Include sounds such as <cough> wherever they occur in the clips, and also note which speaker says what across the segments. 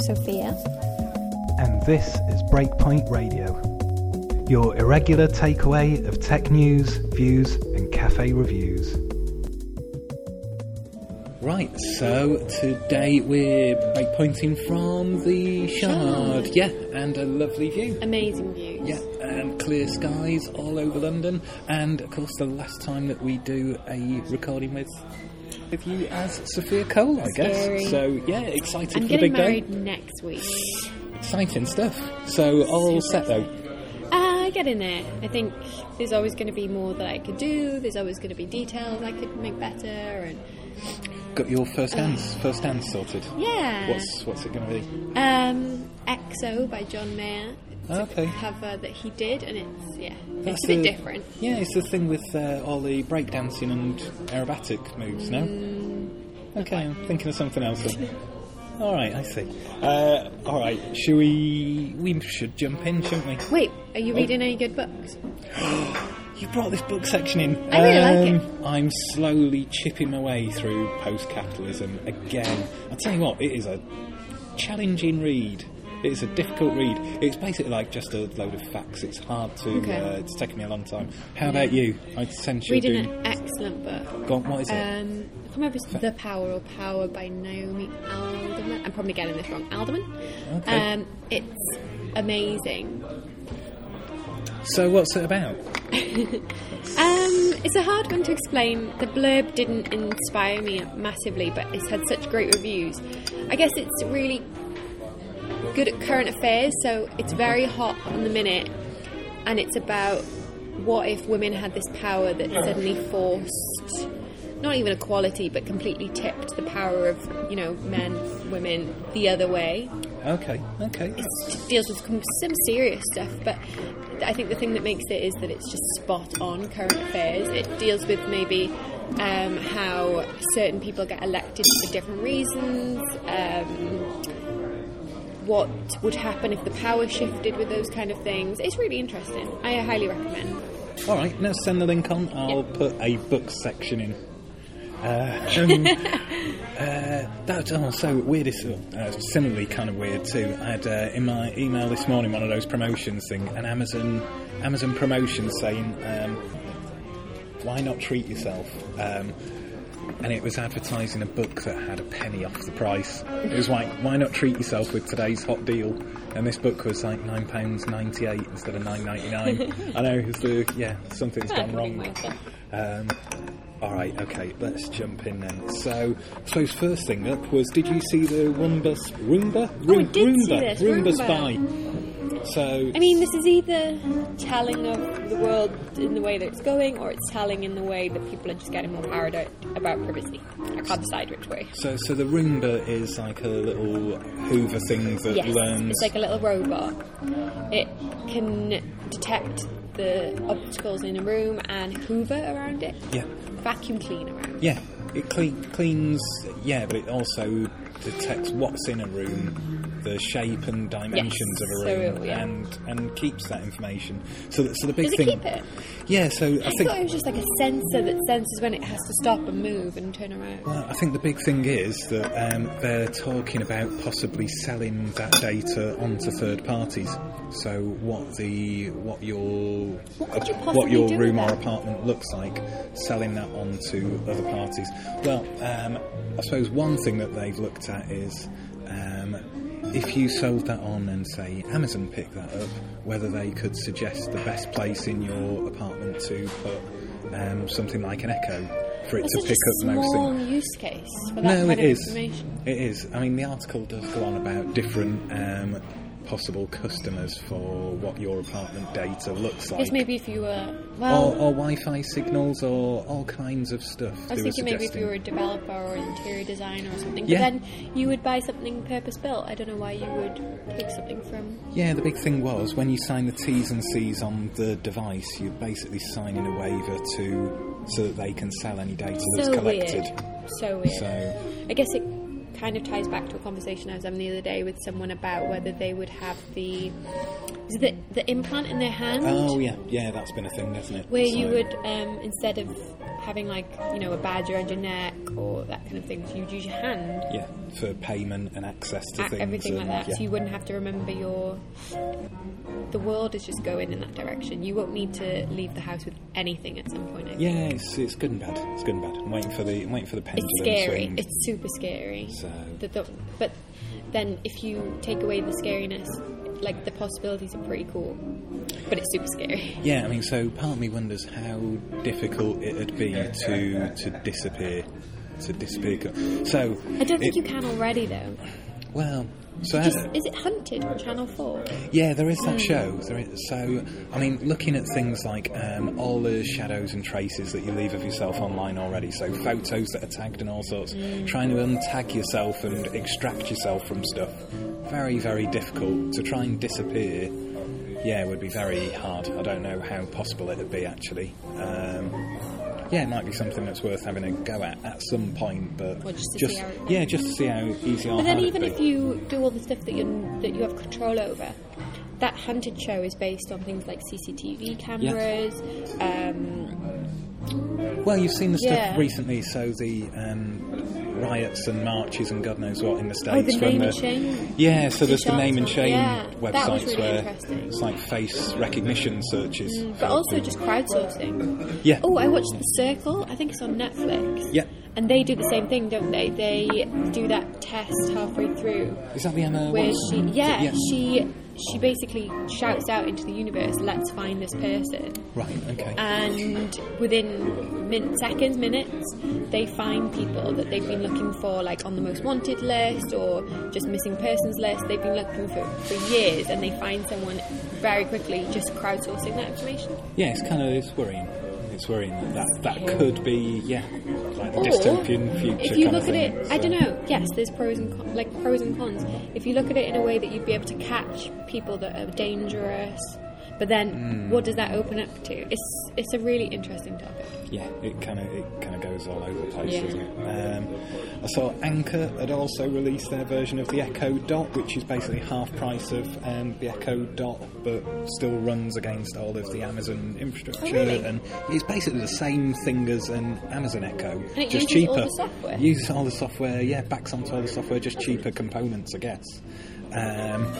Speaker 1: Sophia.
Speaker 2: And this is Breakpoint Radio, your irregular takeaway of tech news, views, and cafe reviews.
Speaker 3: Right, so today we're breakpointing from the Shard. Yeah, and a lovely view.
Speaker 1: Amazing views.
Speaker 3: Yeah, and clear skies all over London. And of course, the last time that we do a recording with with you as Sophia Cole, I
Speaker 1: Scary.
Speaker 3: guess. So yeah, excited
Speaker 1: I'm
Speaker 3: for the big
Speaker 1: getting married
Speaker 3: day.
Speaker 1: next week.
Speaker 3: Exciting stuff. So all set though.
Speaker 1: Uh, getting there. I think there's always going to be more that I could do. There's always going to be details I could make better. And
Speaker 3: Got your first hands, first hands sorted.
Speaker 1: yeah.
Speaker 3: What's what's it going to be?
Speaker 1: Um, EXO by John Mayer. It's
Speaker 3: Okay.
Speaker 1: a cover that he did, and it's yeah,
Speaker 3: That's
Speaker 1: it's a bit
Speaker 3: the-
Speaker 1: different.
Speaker 3: Yeah, it's the thing with uh, all the breakdancing and aerobatic moves now.
Speaker 1: Mm.
Speaker 3: okay, I'm thinking of something else.
Speaker 1: <laughs>
Speaker 3: Then. all right, I see. Uh, all right, should we? We should jump in, shouldn't we?
Speaker 1: Wait, are
Speaker 3: Oh.
Speaker 1: you reading any good books?
Speaker 3: You brought this book section in.
Speaker 1: I really like
Speaker 3: it. I'm slowly chipping my way through post-capitalism again. I tell you what, it is a challenging read. It's a difficult read. It's basically like just a load of facts. It's hard to.
Speaker 1: Okay.
Speaker 3: Uh, it's taken me a long time. How about you? I'd sense you're
Speaker 1: Reading
Speaker 3: doing.
Speaker 1: an excellent book.
Speaker 3: Go on, what is it?
Speaker 1: Um, I can't remember if it's The Power or Power by Naomi Alderman. I'm probably getting this wrong. Alderman.
Speaker 3: Okay.
Speaker 1: Um, it's amazing.
Speaker 3: So what's it about?
Speaker 1: Um, it's a hard one to explain. The blurb didn't inspire me massively, but it's had such great reviews. I guess it's really good at current affairs, so it's very hot on the minute, and it's about what if women had this power that suddenly forced not even equality, but completely tipped the power of you know men, women the other way
Speaker 3: Okay, okay.
Speaker 1: it deals with com- some serious stuff, but I think the thing that makes it is that it's just spot on current affairs. It deals with maybe um, how certain people get elected for different reasons, um, what would happen if the power shifted with those kind of things. It's really interesting. I highly recommend.
Speaker 3: All right, now send the link on. I'll put a book section in. Uh, um, uh, that oh, so weird. Is, uh, similarly, kind of weird too. I had uh, in my email this morning one of those promotions thing, an Amazon Amazon promotion saying, um, "Why not treat yourself?" Um, and it was advertising a book that had a penny off the price. It was like, "Why not treat yourself with today's hot deal?" And this book was like nine pounds ninety eight instead of nine ninety nine. I know, it's the yeah, something's gone wrong. Um, all right, okay, let's jump in then. So, I suppose first thing up was, did you see the Roomba, s- Roomba, Room,
Speaker 1: Oh, did see
Speaker 3: Roomba,
Speaker 1: this,
Speaker 3: Roomba
Speaker 1: Roomba.
Speaker 3: Spy? So,
Speaker 1: I mean, this is either telling of the world in the way that it's going, or it's telling in the way that people are just getting more paranoid about privacy. I can't decide which way.
Speaker 3: so, so the Roomba is like a little Hoover thing that
Speaker 1: Yes,
Speaker 3: learns.
Speaker 1: it's like a little robot. It can detect the obstacles in a room and hoover around it,
Speaker 3: yeah,
Speaker 1: vacuum clean around.
Speaker 3: yeah, it clean, cleans. Yeah, but it also detects what's in a room, the shape and dimensions of
Speaker 1: so
Speaker 3: a room,
Speaker 1: it- yeah.
Speaker 3: and and keeps that information. So, the, so the big
Speaker 1: Does it
Speaker 3: thing.
Speaker 1: keep it?
Speaker 3: Yeah, so I
Speaker 1: I
Speaker 3: think
Speaker 1: thought it was just like a sensor that senses when it has to stop and move and turn around.
Speaker 3: Well, I think the big thing is that um, they're talking about possibly selling that data onto third parties. So what the what your
Speaker 1: What could you
Speaker 3: what your
Speaker 1: possibly do with
Speaker 3: room or
Speaker 1: that?
Speaker 3: apartment looks like, selling that onto other parties. Well, um, I suppose one thing that they've looked at is um, if you sold that on and say Amazon picked that up, whether they could suggest the best place in your apartment to put um, something like an Echo for it
Speaker 1: It's
Speaker 3: to
Speaker 1: such
Speaker 3: pick
Speaker 1: a
Speaker 3: up most things.
Speaker 1: small use case for that
Speaker 3: No,
Speaker 1: kind
Speaker 3: it
Speaker 1: of
Speaker 3: is.
Speaker 1: information.
Speaker 3: It is. I mean, the article does go on about different um, possible customers for what your apartment data looks
Speaker 1: I guess
Speaker 3: like.
Speaker 1: maybe if you were well,
Speaker 3: Or, or Wi-Fi signals, or all kinds of stuff.
Speaker 1: I was
Speaker 3: they were
Speaker 1: thinking maybe if
Speaker 3: suggesting.
Speaker 1: you were a developer or an interior designer or something,
Speaker 3: Yeah.
Speaker 1: but then you would buy something purpose built. I don't know why you would take something from
Speaker 3: Yeah, the big thing was when you sign the T's and C's on the device, you're basically signing a waiver to so that they can sell any data that's
Speaker 1: so weird.
Speaker 3: collected.
Speaker 1: So weird.
Speaker 3: So
Speaker 1: I guess it kind of ties back to a conversation I was having the other day with someone about whether they would have the was it the, the implant in their hand.
Speaker 3: Oh yeah, yeah, that's been a thing, hasn't it?
Speaker 1: Where you
Speaker 3: So-
Speaker 1: would, um, instead of having like, you know, a badge around your neck or that kind of thing, you would use your hand
Speaker 3: Yeah, for payment and access to
Speaker 1: at
Speaker 3: things.
Speaker 1: everything like
Speaker 3: and-
Speaker 1: that.
Speaker 3: Yeah.
Speaker 1: So you wouldn't have to remember your. The world is just going in that direction. You won't need to leave the house with anything at some point. I think.
Speaker 3: yeah, it's, it's good and bad. It's good and bad. I'm waiting for the I'm waiting for the pendulum
Speaker 1: It's scary.
Speaker 3: swing.
Speaker 1: It's super scary.
Speaker 3: So-
Speaker 1: The, the, but then if you take away the scariness, like the possibilities are pretty cool. But it's super scary.
Speaker 3: Yeah, I mean, so part of me wonders how difficult it'd be to to disappear, to disappear. co- So
Speaker 1: I don't think
Speaker 3: it-
Speaker 1: you can already though.
Speaker 3: Well, so
Speaker 1: Just,
Speaker 3: as-
Speaker 1: is it Hunted on Channel 4?
Speaker 3: yeah, there is
Speaker 1: Hmm.
Speaker 3: that show. There is, so I mean, looking at things like um, all the shadows and traces that you leave of yourself online already. So photos that are tagged and all sorts.
Speaker 1: Hmm.
Speaker 3: Trying to untag yourself and extract yourself from stuff. Very, very difficult to try and disappear. Yeah, would be very hard. I don't know how possible it'd be actually. Um, yeah, it might be something that's worth having a go at at some point, but
Speaker 1: Well, just to see how it-
Speaker 3: yeah, just to see how easy.
Speaker 1: But then, even if you do all the stuff that you that you have control over, that hunted show is based on things like CCTV cameras. Um,
Speaker 3: Well, you've seen the stuff
Speaker 1: Yeah.
Speaker 3: recently, so the um, riots and marches and God knows what in the
Speaker 1: oh,
Speaker 3: states.
Speaker 1: the
Speaker 3: when
Speaker 1: name and shame.
Speaker 3: Yeah, so there's the
Speaker 1: shots
Speaker 3: name and
Speaker 1: on-
Speaker 3: shame
Speaker 1: yeah, that was
Speaker 3: websites
Speaker 1: really
Speaker 3: where
Speaker 1: interesting. Mm.
Speaker 3: it's like face recognition searches.
Speaker 1: But also just crowdsourcing.
Speaker 3: Yeah.
Speaker 1: Oh, I watched The Circle. I think it's on Netflix.
Speaker 3: Yeah.
Speaker 1: And they do the same thing, don't they? They do that test halfway through.
Speaker 3: Is that the Emma
Speaker 1: where she
Speaker 3: Watson?
Speaker 1: yeah, she she basically shouts out into the universe let's find this person
Speaker 3: Right. Okay.
Speaker 1: Ah. and within min- seconds minutes they find people that they've been looking for like on the most wanted list or just missing persons list they've been looking for for years and they find someone very quickly just crowdsourcing that information
Speaker 3: yeah, it's kind of it's worrying. It's worrying that that, that
Speaker 1: Scary.
Speaker 3: could be yeah, like the
Speaker 1: Or,
Speaker 3: distant fu- future.
Speaker 1: if you
Speaker 3: kind
Speaker 1: look
Speaker 3: of
Speaker 1: at
Speaker 3: thing,
Speaker 1: it, I
Speaker 3: so-
Speaker 1: don't know. Yes, there's pros and con- like pros and cons. If you look at it in a way that you'd be able to catch people that are dangerous,
Speaker 3: Hmm.
Speaker 1: but then what does that open up to? It's it's a really interesting topic.
Speaker 3: yeah, it kind of it kind of goes all over the place,
Speaker 1: Yeah.
Speaker 3: doesn't it? Um, I saw Anchor had also released their version of the Echo Dot, which is basically half price of um, the Echo Dot, but still runs against all of the Amazon infrastructure,
Speaker 1: Oh, really?
Speaker 3: and it's basically the same thing as an Amazon Echo,
Speaker 1: it
Speaker 3: just
Speaker 1: uses
Speaker 3: cheaper.
Speaker 1: all the software?
Speaker 3: Uses all the software, yeah, backs onto all the software, just cheaper components, I guess. Um,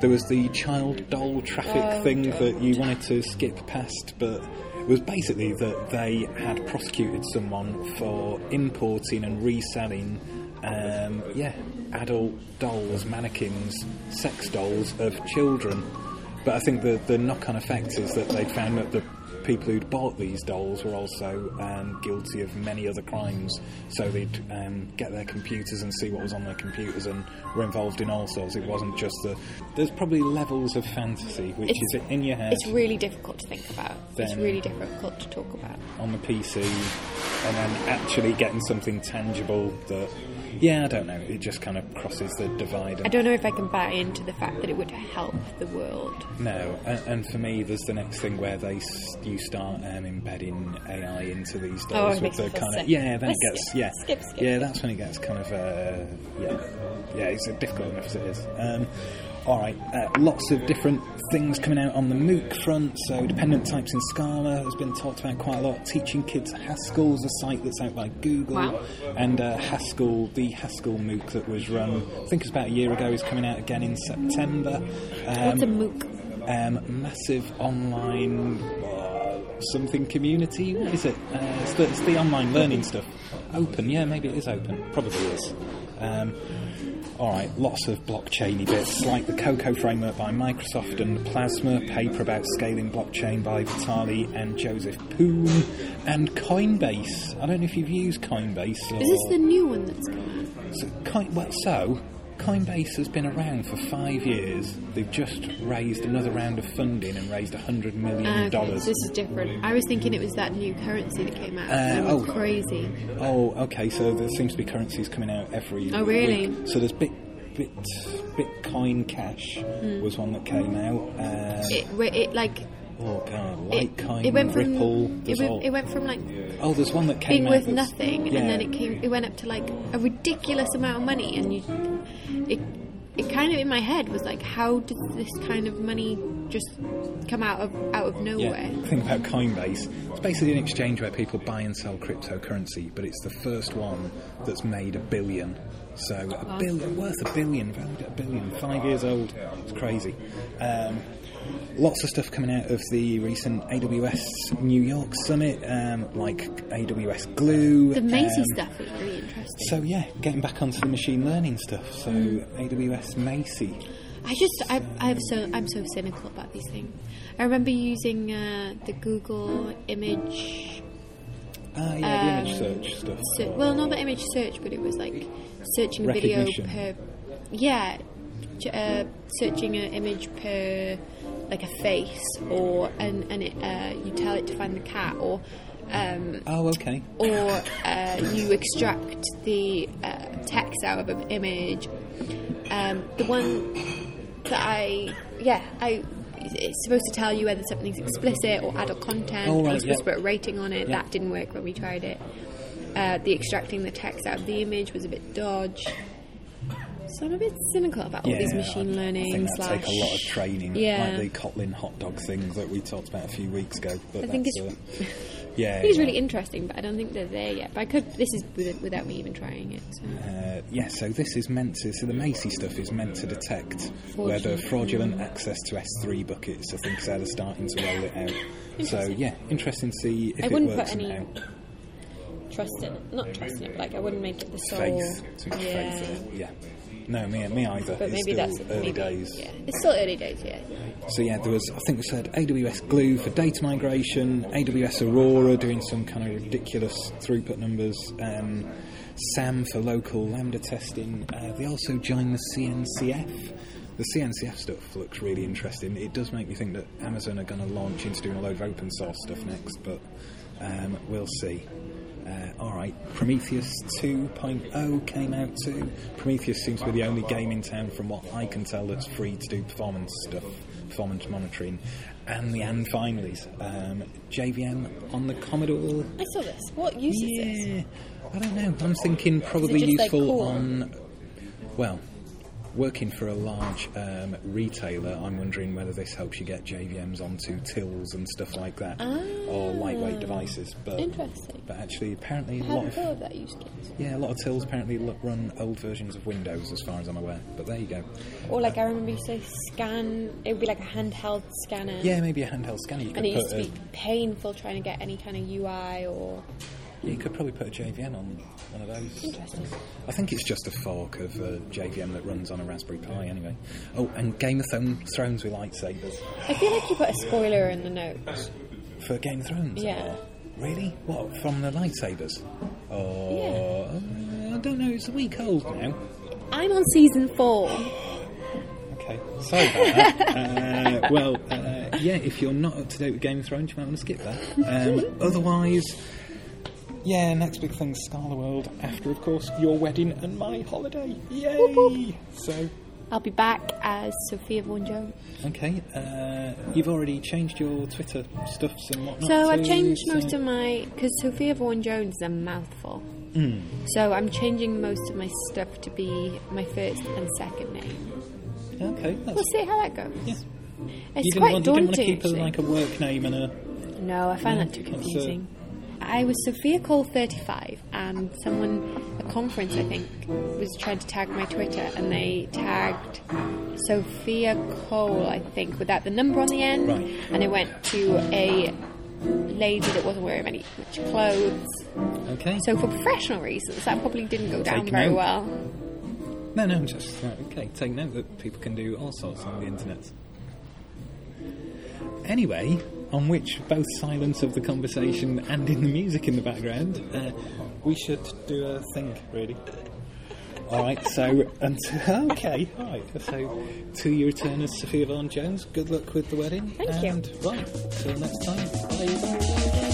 Speaker 3: there was the child doll traffic
Speaker 1: Oh,
Speaker 3: thing
Speaker 1: God.
Speaker 3: that you wanted to skip past, but it was basically that they had prosecuted someone for importing and reselling, um, yeah, adult dolls, mannequins, sex dolls of children. But I think the, the knock on effect is that they found that the people who'd bought these dolls were also um, guilty of many other crimes. So they'd um, get their computers and see what was on their computers and were involved in all sorts. It wasn't just the. There's probably levels of fantasy, which
Speaker 1: It's-
Speaker 3: is in your head
Speaker 1: It's really difficult to think about. it's
Speaker 3: Then-
Speaker 1: really difficult to talk about.
Speaker 3: on the PC and then actually getting something tangible that. Yeah, I don't know. It just kind of crosses the divide.
Speaker 1: I
Speaker 3: And,
Speaker 1: don't know if I can buy into the fact that it would help the world.
Speaker 3: no, and, and for me, there's the next thing where they s- you start um, embedding AI into these
Speaker 1: Oh,
Speaker 3: dolls
Speaker 1: it
Speaker 3: with
Speaker 1: makes
Speaker 3: the
Speaker 1: me feel
Speaker 3: kind
Speaker 1: sick.
Speaker 3: of yeah. Then it
Speaker 1: Let's
Speaker 3: gets
Speaker 1: skip-
Speaker 3: yeah
Speaker 1: skip, skip.
Speaker 3: yeah. That's when it gets kind of uh, yeah yeah. It's difficult enough as it is. Um, all right, uh, lots of different things coming out on the MOOC front. So dependent types in Scala has been talked about quite a lot. Teaching kids Haskell is a site that's out by Google,
Speaker 1: Wow.
Speaker 3: and uh, Haskell, the Haskell MOOC that was run, I think it's about a year ago, is coming out again in September. Um,
Speaker 1: What's a MOOC?
Speaker 3: um, massive online uh, something community. What is it? Uh, it's, the, it's the online learning stuff. Open, yeah, maybe it is open. Probably is. Um, all right, lots of blockchainy bits like the Cocoa framework by Microsoft and Plasma, paper about scaling blockchain by Vitali and Joseph Poon, and Coinbase. I don't know if you've used Coinbase. Or
Speaker 1: Is this the new one that's come out?
Speaker 3: so, coin, well, so Coinbase has been around for five years. They've just raised another round of funding and raised hundred
Speaker 1: Ah,
Speaker 3: million
Speaker 1: okay,
Speaker 3: dollars.
Speaker 1: this is different. I was thinking it was that new currency that came out.
Speaker 3: Uh,
Speaker 1: I went
Speaker 3: oh.
Speaker 1: crazy.
Speaker 3: Oh, okay. So there seems to be currencies coming out every.
Speaker 1: Oh, really?
Speaker 3: week. So there's bit, bit,
Speaker 1: Hmm.
Speaker 3: Bitcoin Cash was one that came out. Um,
Speaker 1: It, where it like
Speaker 3: Oh god,
Speaker 1: It,
Speaker 3: Litecoin,
Speaker 1: it went from
Speaker 3: Ripple.
Speaker 1: it
Speaker 3: there's all-
Speaker 1: went, it went from like
Speaker 3: oh, there's one that came
Speaker 1: being
Speaker 3: out
Speaker 1: worth
Speaker 3: that's-
Speaker 1: nothing,
Speaker 3: yeah.
Speaker 1: and then it came. It went up to like a ridiculous amount of money, and you, it, it kind of in my head was like, how did this kind of money just come out of out of nowhere?
Speaker 3: Yeah. Thing about Coinbase, it's basically an exchange where people buy and sell cryptocurrency, but it's the first one that's made a billion. So a billion, worth a billion, valued at a billion, five years old. It's crazy. Um, lots of stuff coming out of the recent AWS New York summit, um, like AWS Glue.
Speaker 1: The Maisie
Speaker 3: um,
Speaker 1: stuff was really interesting.
Speaker 3: So yeah, getting back onto the machine learning stuff. So
Speaker 1: Mm.
Speaker 3: AWS Macy.
Speaker 1: I just I I'm so I'm so cynical about these things. I remember using uh, the Google image
Speaker 3: Ah, yeah, the image
Speaker 1: Um,
Speaker 3: search stuff.
Speaker 1: se- well, not the image search, but it was like searching a video
Speaker 3: Recognition.
Speaker 1: per yeah, j- uh, searching an image per like a face or and and it, uh, you tell it to find the cat or um,
Speaker 3: Oh, okay.
Speaker 1: or uh, you extract the uh, text out of an image. Um, the one that I, yeah, I, it's supposed to tell you whether something's explicit or adult content.
Speaker 3: Oh,
Speaker 1: and
Speaker 3: right,
Speaker 1: you're supposed
Speaker 3: yeah.
Speaker 1: to put a rating on it.
Speaker 3: Yeah.
Speaker 1: That didn't work when we tried it. Uh, the extracting the text out of the image was a bit dodge. So I'm a bit cynical about all these machine
Speaker 3: I
Speaker 1: learning
Speaker 3: think that
Speaker 1: slash.
Speaker 3: take a lot of training,
Speaker 1: Yeah.
Speaker 3: like the Kotlin hot dog thing that we talked about a few weeks ago. But
Speaker 1: I think
Speaker 3: that's,
Speaker 1: it's-
Speaker 3: uh, yeah,
Speaker 1: <laughs> I think it's really interesting, but I don't think they're there yet. But I could. This is with- without me even trying it. So.
Speaker 3: Uh, yeah, so this is meant to. So the Macy stuff is meant to detect whether fraudulent access to S3 buckets. I think so they're starting to roll it out. So
Speaker 1: Interesting.
Speaker 3: yeah, interesting to see if
Speaker 1: I
Speaker 3: it
Speaker 1: wouldn't
Speaker 3: works
Speaker 1: put any
Speaker 3: and how.
Speaker 1: trust in it. Not trust in it, but like I wouldn't make it the sole.
Speaker 3: faith. Too much
Speaker 1: yeah.
Speaker 3: faith in it. Yeah. No, me, me either.
Speaker 1: But
Speaker 3: it's
Speaker 1: maybe
Speaker 3: still
Speaker 1: that's
Speaker 3: early
Speaker 1: maybe,
Speaker 3: days.
Speaker 1: Yeah, it's still early days. Yeah.
Speaker 3: So yeah, there was I think we said AWS Glue for data migration, AWS Aurora doing some kind of ridiculous throughput numbers, um, SAM for local Lambda testing. Uh, they also joined the CNCF. The CNCF stuff looks really interesting. It does make me think that Amazon are going to launch into doing a load of open source stuff next, but um, we'll see. Uh, all right, Prometheus 2.0 came out too. Prometheus seems to be the only game in town, from what I can tell, that's free to do performance stuff, performance monitoring, and the and finalies. Um, JVM on the Commodore.
Speaker 1: I saw this. What use is this?
Speaker 3: Yeah, I don't know. I'm thinking probably
Speaker 1: just, like,
Speaker 3: useful
Speaker 1: core?
Speaker 3: on, well, working for a large um, retailer. I'm wondering whether this helps you get JVMs onto tills and stuff like that, or lightweight devices. But
Speaker 1: Ah, Interesting.
Speaker 3: But actually, apparently, a
Speaker 1: I
Speaker 3: lot
Speaker 1: hadn't
Speaker 3: of
Speaker 1: thought of that use case.
Speaker 3: yeah, a lot of tills apparently look, run old versions of Windows, as far as I'm aware. But there you go.
Speaker 1: Or like I remember you say scan. It would be like a handheld scanner.
Speaker 3: Yeah, maybe a handheld scanner. You could
Speaker 1: And it used
Speaker 3: put uh,
Speaker 1: to
Speaker 3: a,
Speaker 1: be painful trying to get any kind of UI or
Speaker 3: you could probably put a JVM on one of those.
Speaker 1: interesting.
Speaker 3: I think it's just a fork of uh, JVM that runs on a Raspberry Pi, anyway. Oh, and Game of Thon- Thrones with lightsabers
Speaker 1: I feel like you put a spoiler in the notes.
Speaker 3: for Game of Thrones.
Speaker 1: Yeah.
Speaker 3: or- really? What from the lightsabers? Or uh, I don't know. It's a week old now.
Speaker 1: I'm on season four.
Speaker 3: Okay, sorry about that. uh, well, uh, yeah, if you're not up to date with Game of Thrones, you might want to skip that. Um, otherwise, yeah, next big thing, Scarlet World. After, of course, your wedding and my holiday. Yay! So,
Speaker 1: I'll be back as Sophia Vaughan Jones.
Speaker 3: okay, uh, you've already changed your Twitter stuffs and whatnot.
Speaker 1: So I've
Speaker 3: too,
Speaker 1: changed
Speaker 3: so- uh,
Speaker 1: most of my because Sophia Vaughan Jones is a mouthful.
Speaker 3: Hmm.
Speaker 1: So I'm changing most of my stuff to be my first and second name.
Speaker 3: Okay, that's.
Speaker 1: We'll see how that goes.
Speaker 3: Yeah.
Speaker 1: It's
Speaker 3: You didn't,
Speaker 1: quite
Speaker 3: want, you didn't
Speaker 1: daunting.
Speaker 3: want to keep a,
Speaker 1: actually.
Speaker 3: like a work name and a.
Speaker 1: no, I find that too
Speaker 3: that's, uh,
Speaker 1: confusing. I was Sophia Cole 35, and someone a conference I think was trying to tag my Twitter, and they tagged Sophia Cole I think without the number on the end,
Speaker 3: Right.
Speaker 1: and it went to a lady that wasn't wearing any much clothes.
Speaker 3: Okay.
Speaker 1: So for professional reasons, that probably didn't go down
Speaker 3: Take
Speaker 1: very
Speaker 3: note.
Speaker 1: well.
Speaker 3: No, no, I'm just uh, okay. Take note that people can do all sorts on the internet. Anyway, on which both silence of the conversation and in the music in the background, uh, we should do a thing, really. All right. So, until, <laughs> okay, all right. So, to your return as Sophia Vaughan Jones. Good luck with the wedding.
Speaker 1: Thank you.
Speaker 3: and, Right. Till next time. Bye.